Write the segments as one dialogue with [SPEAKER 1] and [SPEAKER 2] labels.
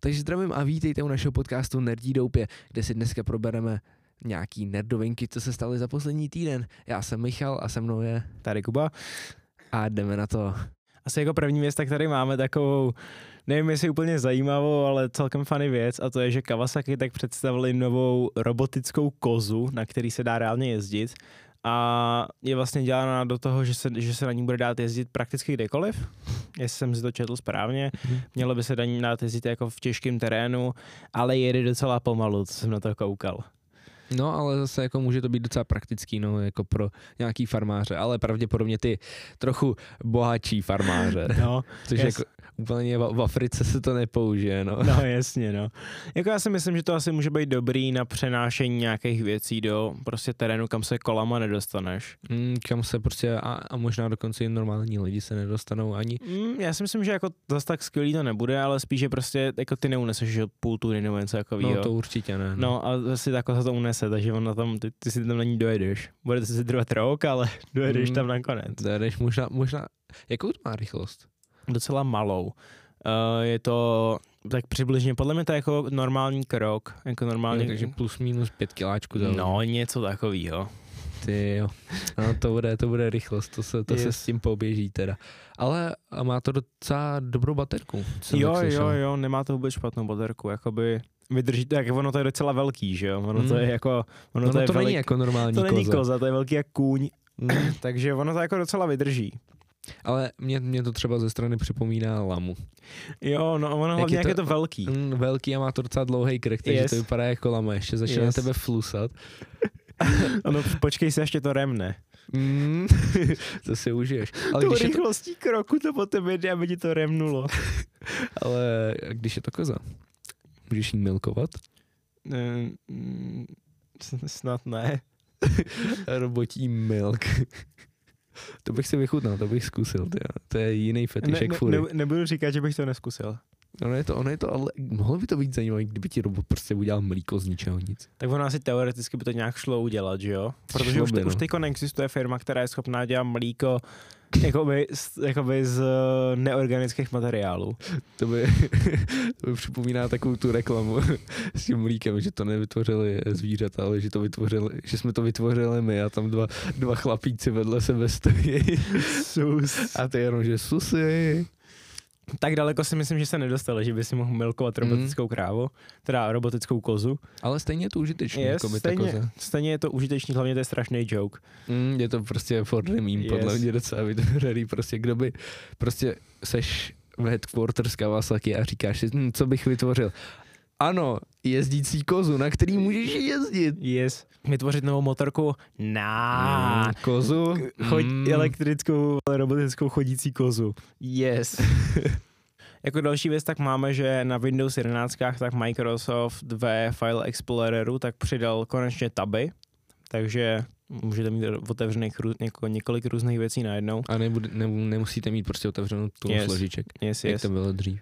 [SPEAKER 1] Takže zdravím a vítejte u našeho podcastu Nerdí doupě, kde si dneska probereme nějaký nerdovinky, co se staly za poslední týden. Já jsem Michal a se mnou je
[SPEAKER 2] Tady Kuba.
[SPEAKER 1] a jdeme na to.
[SPEAKER 2] Asi jako první věc, tak tady máme takovou, nevím jestli úplně zajímavou, ale celkem funny věc a to je, že Kawasaki tak představili novou robotickou kozu, na který se dá reálně jezdit a je vlastně dělána do toho, že se, že se na ní bude dát jezdit prakticky kdekoliv, jestli jsem si to četl správně. Mělo by se na ní dát jezdit jako v těžkém terénu, ale jede docela pomalu, co jsem na to koukal.
[SPEAKER 1] No, ale zase jako může to být docela praktický, no, jako pro nějaký farmáře, ale pravděpodobně ty trochu bohatší farmáře,
[SPEAKER 2] No,
[SPEAKER 1] což
[SPEAKER 2] jas-
[SPEAKER 1] jako úplně v, v Africe se to nepoužije, no.
[SPEAKER 2] No jasně, no. Jako já si myslím, že to asi může být dobrý na přenášení nějakých věcí do prostě terénu, kam se kolama nedostaneš.
[SPEAKER 1] Mm, kam se prostě, a, a možná dokonce i normální lidi se nedostanou ani.
[SPEAKER 2] Mm, já si myslím, že jako zas tak skvělý to nebude, ale spíš, že prostě jako ty neuneseš že půl tuny nebo něco takového.
[SPEAKER 1] No to určitě ne. No.
[SPEAKER 2] no a asi takhle se to unese, takže on na tom, ty, ty si tam na ní dojedeš. Bude to si trvat rok, ale dojedeš
[SPEAKER 1] Mm.
[SPEAKER 2] mm. tam nakonec.
[SPEAKER 1] Jdeš možná, možná, jakou to má rychlost?
[SPEAKER 2] Docela malou. Uh, je to tak přibližně, podle mě to je jako normální krok, jako normální...
[SPEAKER 1] No, takže plus minus pět kiláčku za hodinu.
[SPEAKER 2] no, něco takového.
[SPEAKER 1] Ty jo. No, to bude, to bude rychlost, to se, to yes. se
[SPEAKER 2] Yes.
[SPEAKER 1] s tím poběží teda. Ale a má to docela dobrou baterku. co
[SPEAKER 2] Jo,
[SPEAKER 1] tak
[SPEAKER 2] jo,
[SPEAKER 1] slyšel.
[SPEAKER 2] jo, nemá to vůbec špatnou baterku, jakoby vydrží, tak ono to je docela velký, že jo, ono to
[SPEAKER 1] Mm.
[SPEAKER 2] je jako, ono
[SPEAKER 1] No,
[SPEAKER 2] to,
[SPEAKER 1] no
[SPEAKER 2] je
[SPEAKER 1] to
[SPEAKER 2] velik,
[SPEAKER 1] není jako normální
[SPEAKER 2] to není
[SPEAKER 1] koza.
[SPEAKER 2] koza, to je velký jak kůň,
[SPEAKER 1] Mm,
[SPEAKER 2] takže ono to jako docela vydrží.
[SPEAKER 1] ale mě, mě to třeba ze strany připomíná lamu.
[SPEAKER 2] Jo, no ono
[SPEAKER 1] je
[SPEAKER 2] hlavně jak
[SPEAKER 1] to-
[SPEAKER 2] je to Hmm. velký.
[SPEAKER 1] Mm, velký a má to docela dlouhý krk, takže
[SPEAKER 2] Yes.
[SPEAKER 1] to vypadá jako lama. Ještě začne
[SPEAKER 2] Yes.
[SPEAKER 1] na tebe flusat.
[SPEAKER 2] Ono, počkej se, ještě to remne.
[SPEAKER 1] Mm, to si užiješ. Ale
[SPEAKER 2] Tou
[SPEAKER 1] když, je to,
[SPEAKER 2] rychlostí kroku to po tebe jde, aby ti to remnulo.
[SPEAKER 1] ale když je to koza, můžeš jí milkovat?
[SPEAKER 2] Eh, mm, s- Snad ne.
[SPEAKER 1] Robotí milk. to bych si vychutnal, to bych zkusil. Tyjo. To je jiný
[SPEAKER 2] Ne,
[SPEAKER 1] fetišek
[SPEAKER 2] ne,
[SPEAKER 1] fury.
[SPEAKER 2] ne, nebudu říkat, že bych to neskusil.
[SPEAKER 1] Ono je to, ono je to, ale mohlo by to být zajímavé, kdyby ti robot prostě udělal mlíko z ničeho nic.
[SPEAKER 2] Tak ono asi teoreticky by to nějak šlo udělat, že jo? Protože
[SPEAKER 1] Šlo
[SPEAKER 2] už,
[SPEAKER 1] by,
[SPEAKER 2] už
[SPEAKER 1] no.
[SPEAKER 2] teď existuje firma, která je schopná dělat mlíko jakoby, z- jakoby z eh, neorganických materiálů.
[SPEAKER 1] To by, to by připomíná takovou tu reklamu s tím mlíkem, že to nevytvořili zvířata, ale že, to vytvořili, že jsme to vytvořili my a tam dva, dva chlapíci vedle sebe stojí.
[SPEAKER 2] Sus. A
[SPEAKER 1] A to je jenom, že susy.
[SPEAKER 2] tak daleko si myslím, že se nedostali, že by si mohl milkovat
[SPEAKER 1] Mm.
[SPEAKER 2] robotickou krávu, teda robotickou kozu.
[SPEAKER 1] Ale stejně je to užitečné,
[SPEAKER 2] Je,
[SPEAKER 1] jako by ta
[SPEAKER 2] stejně.
[SPEAKER 1] koza.
[SPEAKER 2] Stejně je to užitečný, hlavně to je strašný joke.
[SPEAKER 1] Mm, je to prostě for the meme, yes. podle
[SPEAKER 2] Yes.
[SPEAKER 1] mě docela vytvořený. Prostě kdo by, prostě seš v headquarters Kawasaki a říkáš si, hm, co bych vytvořil. Ano, jezdící kozu, na který můžeš jezdit.
[SPEAKER 2] Yes. Vytvořit novou motorku? Nah.
[SPEAKER 1] Mm, kozu.
[SPEAKER 2] Choď
[SPEAKER 1] Mm.
[SPEAKER 2] elektrickou ale robotickou chodící kozu. Yes. jako další věc tak máme, že na Windows 11 tak Microsoft ve File Exploreru tak přidal konečně taby, takže můžete mít otevřených rů, něko, několik různých věcí najednou.
[SPEAKER 1] A nebude, ne, nemusíte mít prostě otevřenou tu yes.
[SPEAKER 2] Yes.
[SPEAKER 1] složiček,
[SPEAKER 2] Yes,
[SPEAKER 1] jak
[SPEAKER 2] yes.
[SPEAKER 1] to bylo dřív.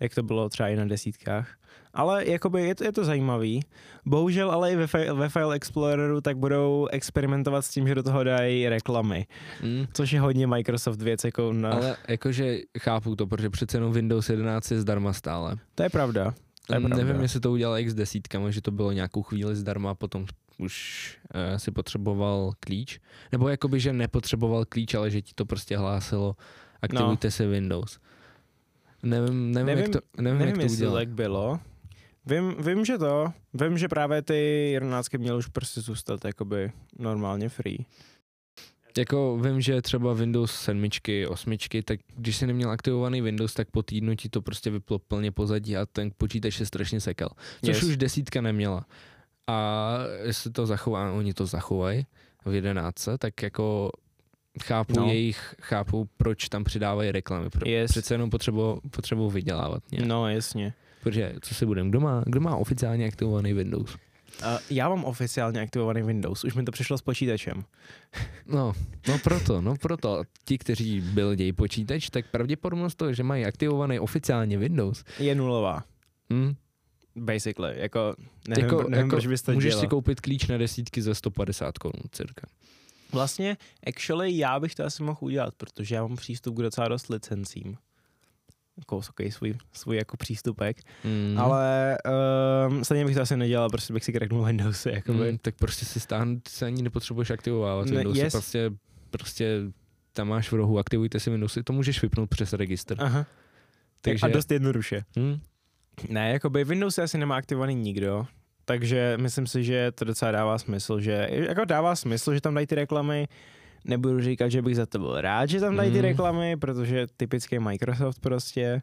[SPEAKER 2] jak to bylo třeba i na desítkách. Ale jakoby je to, je to zajímavý. Bohužel ale i ve, fi- ve File Exploreru tak budou experimentovat s tím, že do toho dají reklamy,
[SPEAKER 1] Mm.
[SPEAKER 2] což je hodně Microsoft věc jako na...
[SPEAKER 1] Ale jakože chápu to, protože přece jenom Windows 11 je zdarma stále.
[SPEAKER 2] To je pravda. To je
[SPEAKER 1] Mm,
[SPEAKER 2] pravda.
[SPEAKER 1] Nevím, jestli to udělal i s desítkama, že to bylo nějakou chvíli zdarma a potom už uh, si potřeboval klíč. Nebo jakoby, že nepotřeboval klíč, ale že ti to prostě hlásilo, aktivujte no. se Windows. Nevím, nevím, nevím, jak
[SPEAKER 2] Nevím-
[SPEAKER 1] to, nevím,
[SPEAKER 2] Nevím,
[SPEAKER 1] jak to
[SPEAKER 2] jestli to
[SPEAKER 1] udělal.
[SPEAKER 2] tak bylo. Vím, vím, že to, vím, že právě ty jedenáctky měly už prostě zůstat jakoby normálně free.
[SPEAKER 1] Jako vím, že třeba Windows 7, 8, tak když jsi neměl aktivovaný Windows, tak po týdnu ti to prostě vyplo plně pozadí a ten počítač se strašně sekal. Což yes. už desítka neměla. A jestli to zachová, oni to zachovají v jedenáctce, tak jako chápu no.
[SPEAKER 2] No.
[SPEAKER 1] jejich, chápu, proč tam přidávají reklamy. Pro,
[SPEAKER 2] Yes.
[SPEAKER 1] Přece jenom potřebu, potřebu vydělávat nějak.
[SPEAKER 2] No, jasně.
[SPEAKER 1] Protože co si budem, kdo má, kdo má oficiálně aktivovaný Windows?
[SPEAKER 2] A já mám oficiálně aktivovaný Windows, už mi to přišlo s počítačem.
[SPEAKER 1] No, no proto, no proto. A Ti, kteří buildějí počítač, tak pravděpodobnost toho, že mají aktivovaný oficiálně Windows,
[SPEAKER 2] Je nulová,
[SPEAKER 1] hm,
[SPEAKER 2] basically. Jako, nevím,
[SPEAKER 1] Jako-
[SPEAKER 2] jako, nevím
[SPEAKER 1] jako
[SPEAKER 2] jako, proč bys to
[SPEAKER 1] můžeš
[SPEAKER 2] dělal.
[SPEAKER 1] si koupit klíč na desítky za 150 korun cirka.
[SPEAKER 2] Vlastně, actually, já bych to asi mohl udělat, protože já mám přístup k docela dost licencím. jako okay, svůj, svůj jako přístupek,
[SPEAKER 1] Mm.
[SPEAKER 2] ale um, stejně bych to asi nedělal, prostě bych si kraknul Windowsy, jakoby.
[SPEAKER 1] Mm, tak prostě si stáhnout, se ani nepotřebuješ aktivovávat
[SPEAKER 2] hm. Ne,
[SPEAKER 1] ne, Windowsy,
[SPEAKER 2] jest-
[SPEAKER 1] prostě, prostě tam máš v rohu, aktivujte si Windowsy, to můžeš vypnout přes registr.
[SPEAKER 2] Aha. Takže...
[SPEAKER 1] Takže-
[SPEAKER 2] A dost jednoduše.
[SPEAKER 1] Hm?
[SPEAKER 2] Ne, jakoby Windows asi nemá aktivovaný nikdo, takže myslím si, že to docela dává smysl, že jako dává smysl, že tam dají ty reklamy, nebudu říkat, že bych za to byl rád, že tam dají ty
[SPEAKER 1] Mm.
[SPEAKER 2] reklamy, protože typický Microsoft prostě.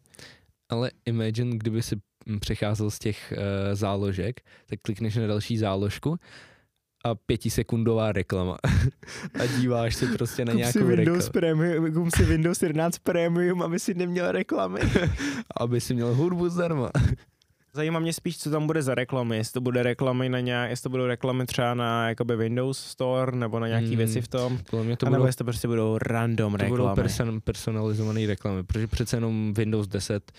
[SPEAKER 1] Ale imagine, kdyby si mm, přecházel z těch uh, záložek, tak klikneš na další záložku a pětisekundová reklama. a díváš se prostě na nějakou reklamu,
[SPEAKER 2] Premium, kup si Windows 11 Premium, aby si neměl reklamy.
[SPEAKER 1] aby si měl hudbu zdarma.
[SPEAKER 2] Zajímá mě spíš, co tam bude za reklamy, jestli to bude reklamy na nějak, jestli to budou reklamy třeba na jakoby Windows Store nebo na nějaký
[SPEAKER 1] Mm.
[SPEAKER 2] věci v tom,
[SPEAKER 1] Podle mě
[SPEAKER 2] Hmm. to
[SPEAKER 1] to
[SPEAKER 2] a nebo
[SPEAKER 1] budou,
[SPEAKER 2] jestli to prostě budou random
[SPEAKER 1] to budou
[SPEAKER 2] reklamy.
[SPEAKER 1] person, personalizované reklamy, protože přece jenom Windows 10,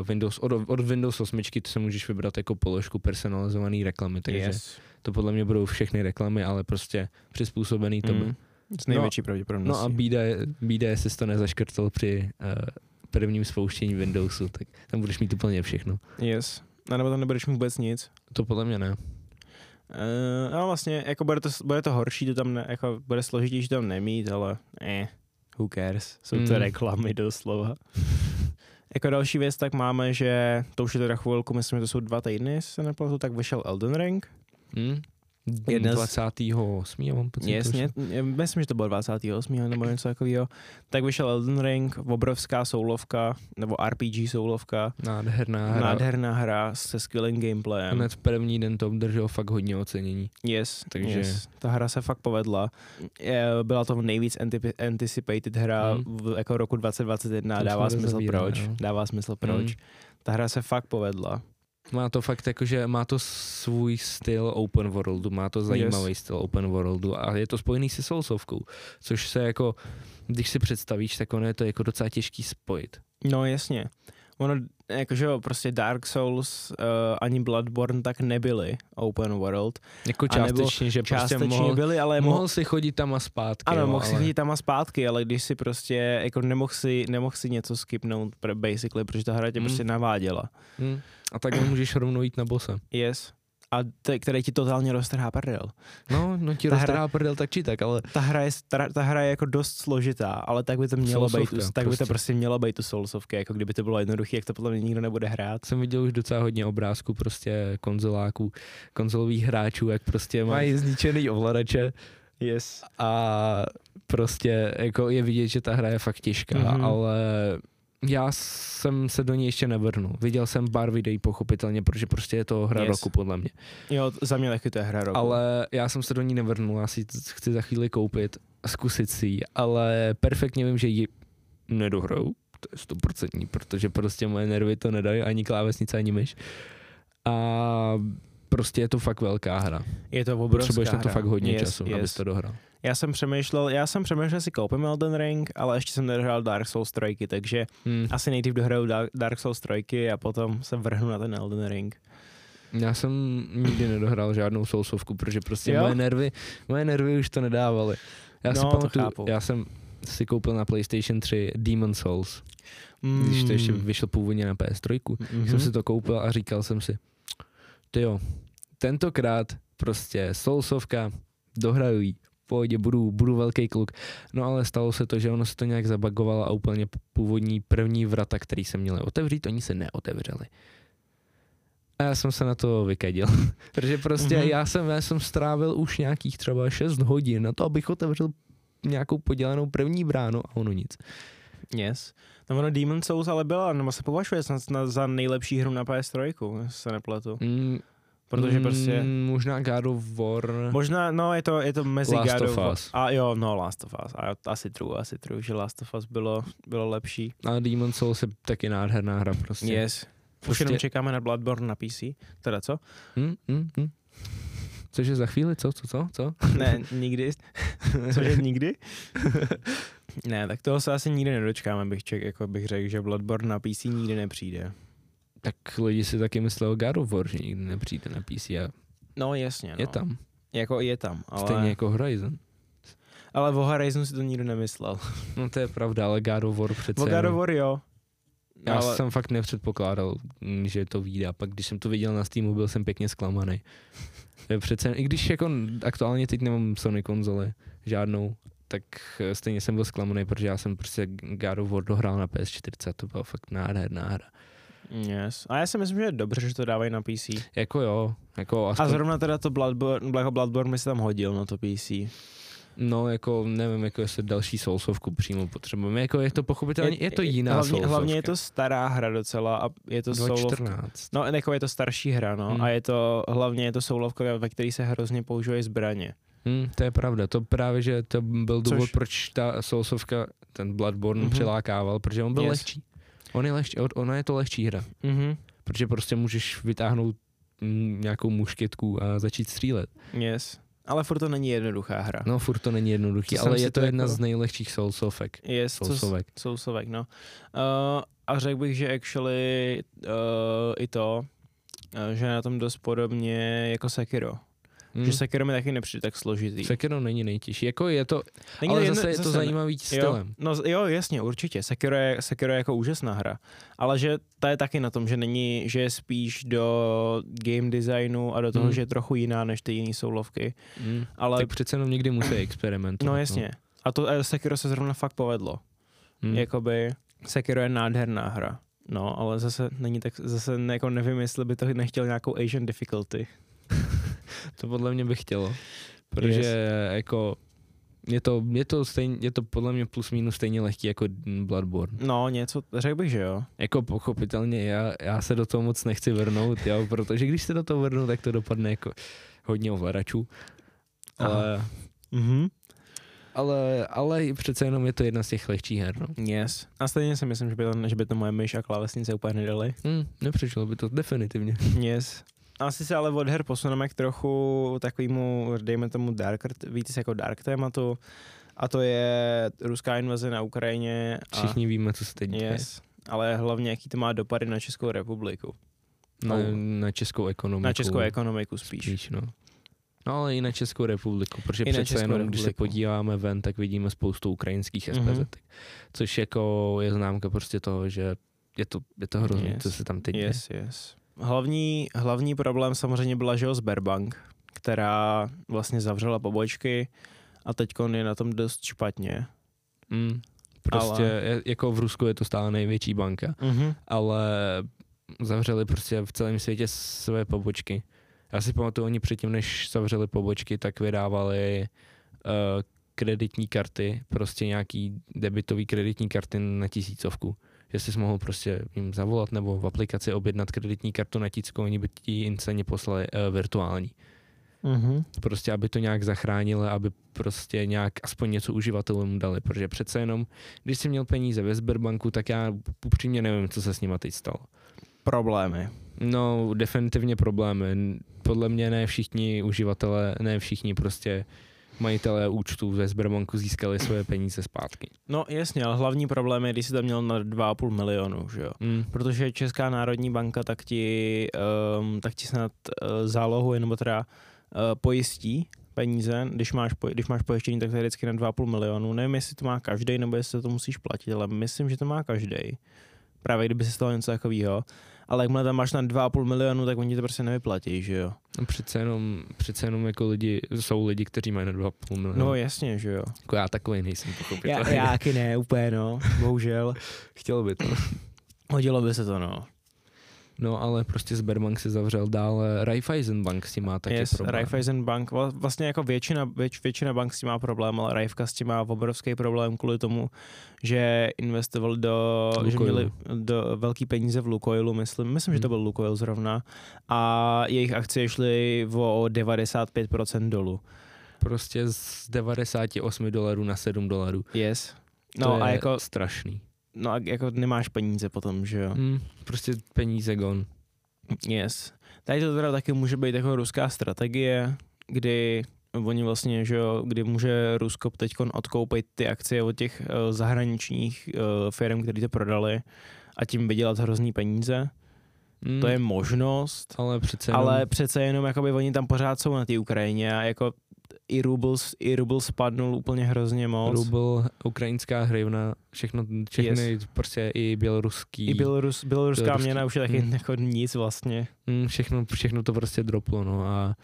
[SPEAKER 1] uh, Windows, od, od Windows 8 to se můžeš vybrat jako položku personalizované reklamy, takže yes.
[SPEAKER 2] yes.
[SPEAKER 1] to podle mě budou všechny reklamy, ale prostě přizpůsobený tomu.
[SPEAKER 2] Mm. S největší no, pravděpodobností.
[SPEAKER 1] No a bída je, bída je, jestli jsi to nezaškrtl při uh, prvním spouštění Windowsu, tak tam budeš mít úplně všechno.
[SPEAKER 2] Yes. A nebo tam nebudeš mít vůbec nic.
[SPEAKER 1] To podle mě ne.
[SPEAKER 2] Uh, no vlastně, jako bude to, bude to horší, to tam ne, jako bude složitější to tam nemít, ale eh, who cares, jsou to
[SPEAKER 1] Mm.
[SPEAKER 2] reklamy doslova. jako další věc, tak máme, že to už je teda chvilku, myslím, že to jsou dva týdny, se nepletu, tak vyšel Elden Ring.
[SPEAKER 1] Hm?
[SPEAKER 2] Jeden z-
[SPEAKER 1] 28. Já mám pocit.
[SPEAKER 2] Jasně, eh, myslím, že to bylo 28. nebo něco takového. Tak vyšel Elden Ring, obrovská soulovka, nebo RPG soulovka,
[SPEAKER 1] Nádherná hra. Nádher...
[SPEAKER 2] nádherná hra se skvělým gameplayem.
[SPEAKER 1] Hned první den to obdrželo fakt hodně ocenění.
[SPEAKER 2] Yes, takže
[SPEAKER 1] Takže-
[SPEAKER 2] yes. ta hra se fakt povedla. Eh, Byla to nejvíc antipi- anticipated hra
[SPEAKER 1] Hmm.
[SPEAKER 2] v, jako roku 2021 a
[SPEAKER 1] To už
[SPEAKER 2] dává
[SPEAKER 1] jsme
[SPEAKER 2] smysl
[SPEAKER 1] rozebírali,
[SPEAKER 2] proč.
[SPEAKER 1] no.
[SPEAKER 2] Dává smysl proč. Ta hra se fakt povedla.
[SPEAKER 1] Má to fakt jako, že má to svůj styl open worldu, má to zajímavý yes. styl open worldu a je to spojený se Soulsovkou, což se jako, když si představíš, tak ono je to jako docela těžký spojit.
[SPEAKER 2] No jasně. Ono, jakože jo, prostě Dark Souls uh, ani Bloodborne tak nebyly open world.
[SPEAKER 1] Jako
[SPEAKER 2] A nebo
[SPEAKER 1] částečně, že prostě
[SPEAKER 2] Částečně
[SPEAKER 1] mohl,
[SPEAKER 2] byly, ale mohl,
[SPEAKER 1] mohl si chodit tam a zpátky.
[SPEAKER 2] ano,
[SPEAKER 1] jo,
[SPEAKER 2] mohl si
[SPEAKER 1] ale...
[SPEAKER 2] chodit tam a zpátky, ale když si prostě, jako nemohl si, nemohl si něco skipnout, pr- basically, protože ta hra tě
[SPEAKER 1] Hmm.
[SPEAKER 2] prostě naváděla.
[SPEAKER 1] Hmm. A takhle můžeš rovnou jít na bose.
[SPEAKER 2] Yes. A te, který ti totálně roztrhá prdel.
[SPEAKER 1] No, no ti
[SPEAKER 2] Ta hra-
[SPEAKER 1] roztrhá prdel tak či tak, ale
[SPEAKER 2] ta hra je, ta, ta hra je jako dost složitá, ale tak by to mělo být,
[SPEAKER 1] Soulsovka,
[SPEAKER 2] tak prostě. by to
[SPEAKER 1] prostě.
[SPEAKER 2] prostě mělo být tu soulsovky, jako kdyby to bylo jednoduché, jak to podle mě nikdo nebude hrát.
[SPEAKER 1] jsem viděl už docela hodně obrázků prostě konzoláků, konzolových hráčů, jak prostě mají zničený ovladače
[SPEAKER 2] Yes.
[SPEAKER 1] a prostě jako je vidět, že ta hra je fakt těžká,
[SPEAKER 2] Mhm.
[SPEAKER 1] mm-hmm. ale já jsem se do ní ještě nevrnul. Viděl jsem pár videí pochopitelně, protože prostě je to hra
[SPEAKER 2] Yes.
[SPEAKER 1] yes. roku podle mě.
[SPEAKER 2] Jo, t- za mě taky to je hra roku.
[SPEAKER 1] Ale já jsem se do ní nevrnul, já si ji chci za chvíli koupit a zkusit si ji, ale perfektně vím, že ji nedohrou, to je stoprocentní, protože prostě moje nervy to nedají, ani klávesnice, ani myš. A prostě je to fakt velká hra.
[SPEAKER 2] je to obrovská
[SPEAKER 1] Potřebuješ
[SPEAKER 2] hra.
[SPEAKER 1] na to fakt hodně
[SPEAKER 2] yes,
[SPEAKER 1] času,
[SPEAKER 2] yes.
[SPEAKER 1] abys to dohrál.
[SPEAKER 2] Já jsem přemýšlel, já jsem přemýšlel, že si koupím Elden Ring, ale ještě jsem nedohrál Dark Souls 3, takže
[SPEAKER 1] Hmm.
[SPEAKER 2] asi nejdřív dohraju Da- Dark Souls 3 a potom se vrhnu na ten Elden Ring.
[SPEAKER 1] Já jsem nikdy nedohrál žádnou sousovku, protože prostě
[SPEAKER 2] Jo?
[SPEAKER 1] moje nervy, moje nervy už to nedávaly. Já si
[SPEAKER 2] No, to chápu.
[SPEAKER 1] pamatuju, já jsem si koupil na PlayStation 3 Demon Souls,
[SPEAKER 2] Mm.
[SPEAKER 1] když to ještě vyšlo původně na PS3.
[SPEAKER 2] mm-hmm.
[SPEAKER 1] mm jsem si to koupil a říkal jsem si, ty jo, tentokrát prostě Soulsovka, dohraju jí, v pohodě, budu, budu velký kluk. No ale stalo se to, že ono se to nějak zabagovalo a úplně původní první vrata, který se měly otevřít, oni se neotevřeli. A já jsem se na to vykadil. Protože prostě
[SPEAKER 2] Mhm.
[SPEAKER 1] mm-hmm. já, jsem, já jsem strávil už nějakých třeba 6 hodin na to, abych otevřel nějakou podělanou první bránu a ono nic.
[SPEAKER 2] Yes. No ono Demon Souls ale byla, nebo se považuje snad na- za nejlepší hru na PS3, jestli se nepletu.
[SPEAKER 1] Mm,
[SPEAKER 2] Protože prostě...
[SPEAKER 1] mm, Možná God of War.
[SPEAKER 2] Možná, no, je to, je to mezi
[SPEAKER 1] Last
[SPEAKER 2] God
[SPEAKER 1] of
[SPEAKER 2] War-
[SPEAKER 1] Us.
[SPEAKER 2] A jo, no, Last of Us. A, asi true, asi true, že Last of Us bylo, bylo lepší.
[SPEAKER 1] A Demon Souls je taky nádherná hra prostě.
[SPEAKER 2] Yes. Už
[SPEAKER 1] Prostě-
[SPEAKER 2] jenom čekáme na Bloodborne na PC. Teda co?
[SPEAKER 1] Hm, hm, hm. Cože za chvíli, co, co, co, co?
[SPEAKER 2] Ne, nikdy. Cože nikdy? ne, tak toho se asi nikdy nedočkáme, bych, ček, jako bych řekl, že Bloodborne na PC nikdy nepřijde.
[SPEAKER 1] Tak lidi si taky mysleli o God of War, že nikdy nepřijde na PC a
[SPEAKER 2] No jasně, no.
[SPEAKER 1] je tam.
[SPEAKER 2] Jako je tam, ale,
[SPEAKER 1] Stejně jako Horizon.
[SPEAKER 2] ale o Horizonu si to nikdo nemyslel.
[SPEAKER 1] No to je pravda, ale God of War
[SPEAKER 2] O
[SPEAKER 1] přece.
[SPEAKER 2] God of
[SPEAKER 1] jenom-
[SPEAKER 2] War jo.
[SPEAKER 1] Já
[SPEAKER 2] ale-
[SPEAKER 1] ale... jsem fakt nepředpokládal, mm, že to vyjde. A pak, když jsem to viděl na Steamu, byl jsem pěkně zklamaný. To je Přece, I když jako aktuálně teď nemám Sony konzoli žádnou, tak eh, stejně jsem byl zklamaný, protože já jsem prostě God of War dohrál na PS4, to byla fakt nádherná hra.
[SPEAKER 2] Yes. A já si myslím, že je dobře, že to dávají na PC.
[SPEAKER 1] Jako jo, jako aspoň,
[SPEAKER 2] A zrovna teda to Bloodborne, Black Bloodborne mi se tam hodil na to PC.
[SPEAKER 1] no jako nevím, jako jestli další soulsovku přímo potřebujeme, jako je to pochopitelně, je, je to jiná
[SPEAKER 2] hlavně, hlavně je
[SPEAKER 1] soulsovka.
[SPEAKER 2] to stará hra docela a je to solo
[SPEAKER 1] 2014.
[SPEAKER 2] No, jako je to starší hra, no. Hmm.
[SPEAKER 1] Hmm.
[SPEAKER 2] A je to, hlavně je to soulovka, ve které se hrozně používají zbraně.
[SPEAKER 1] Hmm, to je pravda, to právě, že to byl důvod,
[SPEAKER 2] Což-
[SPEAKER 1] Což... proč ta soulsovka ten Bloodborne
[SPEAKER 2] Mhm.
[SPEAKER 1] mm-hmm. přilákával, protože on byl
[SPEAKER 2] Yes.
[SPEAKER 1] yes. lehčí. On je lehčí, on- ona je to lehčí hra,
[SPEAKER 2] Mhm.
[SPEAKER 1] protože prostě můžeš vytáhnout mm, nějakou mušketku a začít střílet.
[SPEAKER 2] Yes. Ale furt to není jednoduchá hra.
[SPEAKER 1] No furt to není jednoduchý,
[SPEAKER 2] To jsem
[SPEAKER 1] ale
[SPEAKER 2] si
[SPEAKER 1] je
[SPEAKER 2] to
[SPEAKER 1] to jedna
[SPEAKER 2] jako-
[SPEAKER 1] z nejlehčích soulsovek.
[SPEAKER 2] Yes,
[SPEAKER 1] Soulsovek.
[SPEAKER 2] Co, sousovek, no. Uh, a řekl bych, že actually uh, i to, eh, že je na tom dost podobně jako Sekiro.
[SPEAKER 1] Hmm.
[SPEAKER 2] Že Sekiro mi taky nepřijde tak složitý.
[SPEAKER 1] Sekiro není nejtěžší, jako je to,
[SPEAKER 2] Není
[SPEAKER 1] ale
[SPEAKER 2] jedno-
[SPEAKER 1] zase je to
[SPEAKER 2] ne-
[SPEAKER 1] zajímavý
[SPEAKER 2] Jo,
[SPEAKER 1] stylem.
[SPEAKER 2] no, z- jo, jasně, určitě. Sekiro je, Sekiro je jako úžasná hra, ale že ta je taky na tom, že není, že je spíš do game designu a do toho,
[SPEAKER 1] Hmm.
[SPEAKER 2] že je trochu jiná než ty jiné soulovky.
[SPEAKER 1] Mm.
[SPEAKER 2] Ale
[SPEAKER 1] Tak přece jenom někdy musí experimentovat.
[SPEAKER 2] no jasně. A to a Sekiro se zrovna fakt povedlo.
[SPEAKER 1] No.
[SPEAKER 2] Hmm.
[SPEAKER 1] Mm.
[SPEAKER 2] Jakoby Sekiro je nádherná hra. No, ale zase není tak, zase ne- jako nevím, jestli by to nechtěl nějakou Asian difficulty.
[SPEAKER 1] To podle mě by chtělo, protože yes. jako je to, je, to stejně, je to podle mě plus minus stejně lehký jako Bloodborne.
[SPEAKER 2] No, něco, řekl bych, že jo.
[SPEAKER 1] Jako pochopitelně já, já se do toho moc nechci vrnout, jo, protože když se do toho vrnu, tak to dopadne jako hodně ovladačů.
[SPEAKER 2] Aha.
[SPEAKER 1] Ale,
[SPEAKER 2] Mhm.
[SPEAKER 1] ale, ale i přece jenom je to jedna z těch lehčích her. No.
[SPEAKER 2] Yes. A stejně si myslím, že by to, že by to moje myš a klávesnice úplně nedali.
[SPEAKER 1] Hm, nepřišlo by to definitivně.
[SPEAKER 2] Yes. Asi se ale od her posuneme k trochu takovému, dejme tomu, darker, víc jako dark tématu. A to je ruská invaze na Ukrajině. A
[SPEAKER 1] Všichni víme, co se teď děje
[SPEAKER 2] Yes. Ale hlavně, jaký to má dopady na Českou republiku.
[SPEAKER 1] na,
[SPEAKER 2] No.
[SPEAKER 1] Oh. na českou ekonomiku.
[SPEAKER 2] Na českou ekonomiku spíš.
[SPEAKER 1] Spíš, no. No ale i na Českou republiku, protože
[SPEAKER 2] I na
[SPEAKER 1] přece
[SPEAKER 2] Českou
[SPEAKER 1] jenom, když se
[SPEAKER 2] republiku.
[SPEAKER 1] podíváme ven, tak vidíme spoustu ukrajinských
[SPEAKER 2] Mhm.
[SPEAKER 1] SPZ. Což jako je známka prostě toho, že je to, je to hrozné,
[SPEAKER 2] Yes.
[SPEAKER 1] co se tam teď děje.
[SPEAKER 2] Yes, yes. Hlavní, hlavní problém samozřejmě byla, že jo, Sberbank, která vlastně zavřela pobočky a teď je na tom dost špatně.
[SPEAKER 1] Mm, prostě
[SPEAKER 2] Ale-
[SPEAKER 1] je, jako v Rusku je to stále největší banka,
[SPEAKER 2] Mm-hmm.
[SPEAKER 1] ale zavřeli prostě v celém světě své pobočky. Já si pamatuju, oni předtím, než zavřeli pobočky, tak vydávali uh, kreditní karty, prostě nějaký debitový kreditní karty na tisícovku. Že jsi mohl prostě jim zavolat nebo v aplikaci objednat kreditní kartu na tisícovku, oni by ti ji instantně poslali uh, virtuální.
[SPEAKER 2] Mm-hmm.
[SPEAKER 1] Prostě, aby to nějak zachránili, aby prostě nějak aspoň něco uživatelům dali, protože přece jenom, když jsi měl peníze ve Sberbanku, tak já upřímně nevím, co se s nima teď stalo.
[SPEAKER 2] Problémy.
[SPEAKER 1] No, definitivně problémy. N- Podle mě ne všichni uživatelé, ne všichni prostě majitelé účtů ve Sberbanku získali svoje peníze zpátky.
[SPEAKER 2] No jasně, ale hlavní problém je, když jsi tam měl na 2,5 milionu, že jo.
[SPEAKER 1] Mm.
[SPEAKER 2] Protože Česká národní banka tak ti, um, tak ti snad uh, zálohu, nebo teda uh, pojistí peníze, když máš, poj- když máš pojištění, tak to je vždycky na 2,5 milionu. Nevím, jestli to má každý, nebo jestli to musíš platit, ale myslím, že to má každý. Právě kdyby se stalo něco takového. Ale jakmile tam máš na 2,5 milionu, tak oni ti to prostě nevyplatí, že jo?
[SPEAKER 1] No, přece jenom, přece jenom jako lidi, jsou lidi, kteří mají na 2,5 milionu.
[SPEAKER 2] No
[SPEAKER 1] No,
[SPEAKER 2] jasně, že jo.
[SPEAKER 1] jako já takový nejsem pochopitelný.
[SPEAKER 2] taky ne, úplně no, bohužel.
[SPEAKER 1] Chtěl by to.
[SPEAKER 2] Hodilo by se to, no.
[SPEAKER 1] No ale prostě Sberbank se zavřel dále. Raiffeisen Bank si má taky
[SPEAKER 2] yes,
[SPEAKER 1] problém.
[SPEAKER 2] Raiffeisen Bank, va- vlastně jako většina, věč, většina bank s tím má problém, ale Raifka s tím má obrovský problém kvůli tomu, že investoval do, že
[SPEAKER 1] Lukoilu.
[SPEAKER 2] měli do velký peníze v Lukoilu, myslím, myslím, že to
[SPEAKER 1] Hmm.
[SPEAKER 2] byl Lukoil zrovna, a jejich akcie šly o 95% dolů.
[SPEAKER 1] Prostě z 98 dolarů na 7 dolarů.
[SPEAKER 2] Yes.
[SPEAKER 1] to
[SPEAKER 2] No
[SPEAKER 1] je
[SPEAKER 2] a jako,
[SPEAKER 1] strašný.
[SPEAKER 2] no a jako nemáš peníze potom, že jo?
[SPEAKER 1] Mm, prostě peníze gon.
[SPEAKER 2] Yes. Tady to teda taky může být jako ruská strategie, kdy oni vlastně, že jo, kdy může Rusko teď odkoupit ty akcie od těch eh, zahraničních eh, firm, které to prodali a tím vydělat hrozný peníze.
[SPEAKER 1] Mm,
[SPEAKER 2] To je možnost,
[SPEAKER 1] ale přece jenom...
[SPEAKER 2] ale přece jenom jakoby oni tam pořád jsou na té Ukrajině a jako i rubl, i rubl spadnul úplně hrozně moc.
[SPEAKER 1] Rubl, ukrajinská hryvna, všechno, všechny yes. prostě i běloruský.
[SPEAKER 2] I Bělorus, běloruská
[SPEAKER 1] Běloruský,
[SPEAKER 2] měna už je taky
[SPEAKER 1] mm.
[SPEAKER 2] jako nic vlastně.
[SPEAKER 1] Mm, všechno, všechno to prostě droplo, no a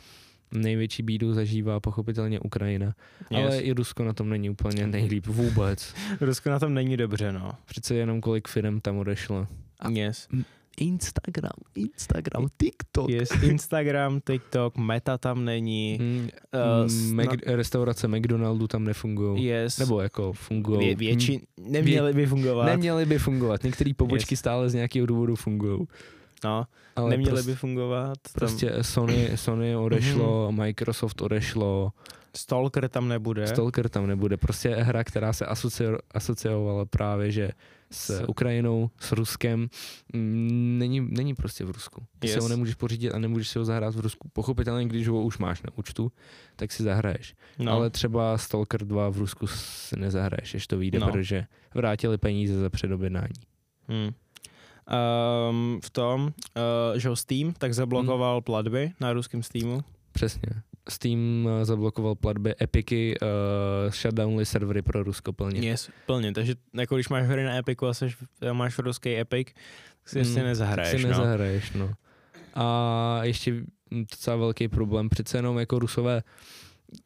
[SPEAKER 1] největší bídu zažívá pochopitelně Ukrajina. Yes. Ale i Rusko na tom není úplně nejlíp vůbec.
[SPEAKER 2] Rusko na tom není dobře, no.
[SPEAKER 1] Přece jenom kolik firm tam odešlo. A-
[SPEAKER 2] Yes.
[SPEAKER 1] Instagram, Instagram, TikTok.
[SPEAKER 2] yes. Instagram, TikTok, Meta tam není.
[SPEAKER 1] Mm,
[SPEAKER 2] eh,
[SPEAKER 1] mm,
[SPEAKER 2] snad-
[SPEAKER 1] Mac- restaurace McDonaldu tam nefungují.
[SPEAKER 2] Yes.
[SPEAKER 1] Nebo jako fungují. Hm.
[SPEAKER 2] Vě, většin, neměly by fungovat.
[SPEAKER 1] Neměly by fungovat. Některé pobočky yes. stále z nějakého důvodu fungují.
[SPEAKER 2] no,
[SPEAKER 1] Ale
[SPEAKER 2] neměly
[SPEAKER 1] prostě,
[SPEAKER 2] by fungovat. Tam Mhm. prostě
[SPEAKER 1] prostě Sony, Sony odešlo, Microsoft odešlo,
[SPEAKER 2] Stalker tam nebude.
[SPEAKER 1] Stalker tam nebude. Prostě hra, která se asocio- asociovala právě, že s
[SPEAKER 2] S-
[SPEAKER 1] Ukrajinou, s Ruskem, mm, není, není prostě v Rusku. Ty yes. se
[SPEAKER 2] Yes.
[SPEAKER 1] ho nemůžeš pořídit a nemůžeš si ho zahrát v Rusku. Pochopitelně, když ho už máš na účtu, tak si zahraješ.
[SPEAKER 2] no.
[SPEAKER 1] Ale třeba Stalker 2 v Rusku si nezahraješ, ještě to vyjde, no.
[SPEAKER 2] No.
[SPEAKER 1] protože vrátili peníze za předobjednání.
[SPEAKER 2] Hmm. Um, v tom, uh, že ho Steam tak zablokoval
[SPEAKER 1] Hmm.
[SPEAKER 2] platby na ruském Steamu.
[SPEAKER 1] Přesně. Steam eh, zablokoval platby Epiky, uh, shutdownly servery pro Rusko plně.
[SPEAKER 2] Yes, plně. Takže jako když máš hry na Epiku a seš, máš ruský Epic, tak si
[SPEAKER 1] Mm,
[SPEAKER 2] ještě nezahraješ.
[SPEAKER 1] tak si
[SPEAKER 2] no.
[SPEAKER 1] nezahraješ, no. A ještě docela velký problém, přece jenom jako rusové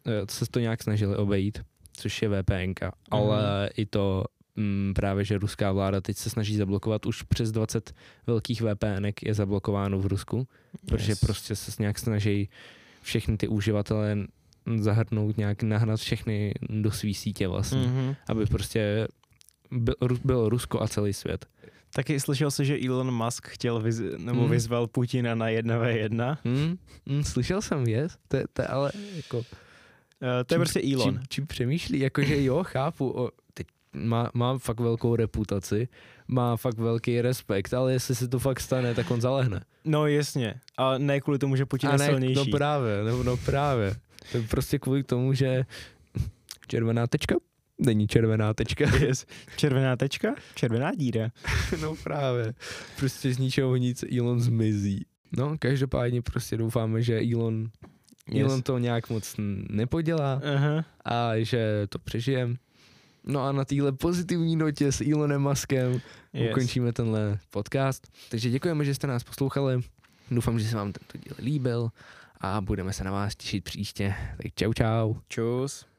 [SPEAKER 1] eh, se to nějak snažili obejít, což je VPNka,
[SPEAKER 2] Mhm.
[SPEAKER 1] ale i to mm, právě, že ruská vláda teď se snaží zablokovat, už přes 20 velkých VPNek je zablokováno v Rusku, protože
[SPEAKER 2] Yes.
[SPEAKER 1] prostě se nějak snaží všechny ty uživatele zahrnout nějak, nahnat všechny do svý sítě vlastně, mm.
[SPEAKER 2] Mhm.
[SPEAKER 1] aby prostě byl, bylo Rusko a celý svět.
[SPEAKER 2] Taky slyšel jsi, že Elon Musk chtěl vyz, nebo
[SPEAKER 1] Mm.
[SPEAKER 2] vyzval Putina na 1v1.
[SPEAKER 1] Hmm, hmm, slyšel jsem, yes. To, je- to je ale jako...
[SPEAKER 2] Uh, to je prostě Elon.
[SPEAKER 1] Čím, čím přemýšlí, jakože jo, chápu, o, teď má, má fakt velkou reputaci, má fakt velký respekt, ale jestli se to fakt stane, tak on zalehne.
[SPEAKER 2] No jasně. A ne kvůli tomu, že Putin
[SPEAKER 1] A
[SPEAKER 2] je
[SPEAKER 1] ne, no
[SPEAKER 2] silnější.
[SPEAKER 1] právě, no, no právě. To je prostě kvůli tomu, že červená tečka není červená tečka.
[SPEAKER 2] Yes. Červená tečka, červená díra.
[SPEAKER 1] No právě. Prostě z ničeho nic Elon zmizí. No, každopádně prostě doufáme, že Elon, yes. Elon to nějak moc n- nepodělá.
[SPEAKER 2] Aha.
[SPEAKER 1] a že to přežijem. No a na téhle pozitivní notě s Elonem Muskem yes.
[SPEAKER 2] Yes.
[SPEAKER 1] ukončíme tenhle podcast. Takže děkujeme, že jste nás poslouchali. Doufám, že se vám tento díl líbil a budeme se na vás těšit příště. Tak čau čau.
[SPEAKER 2] Čus.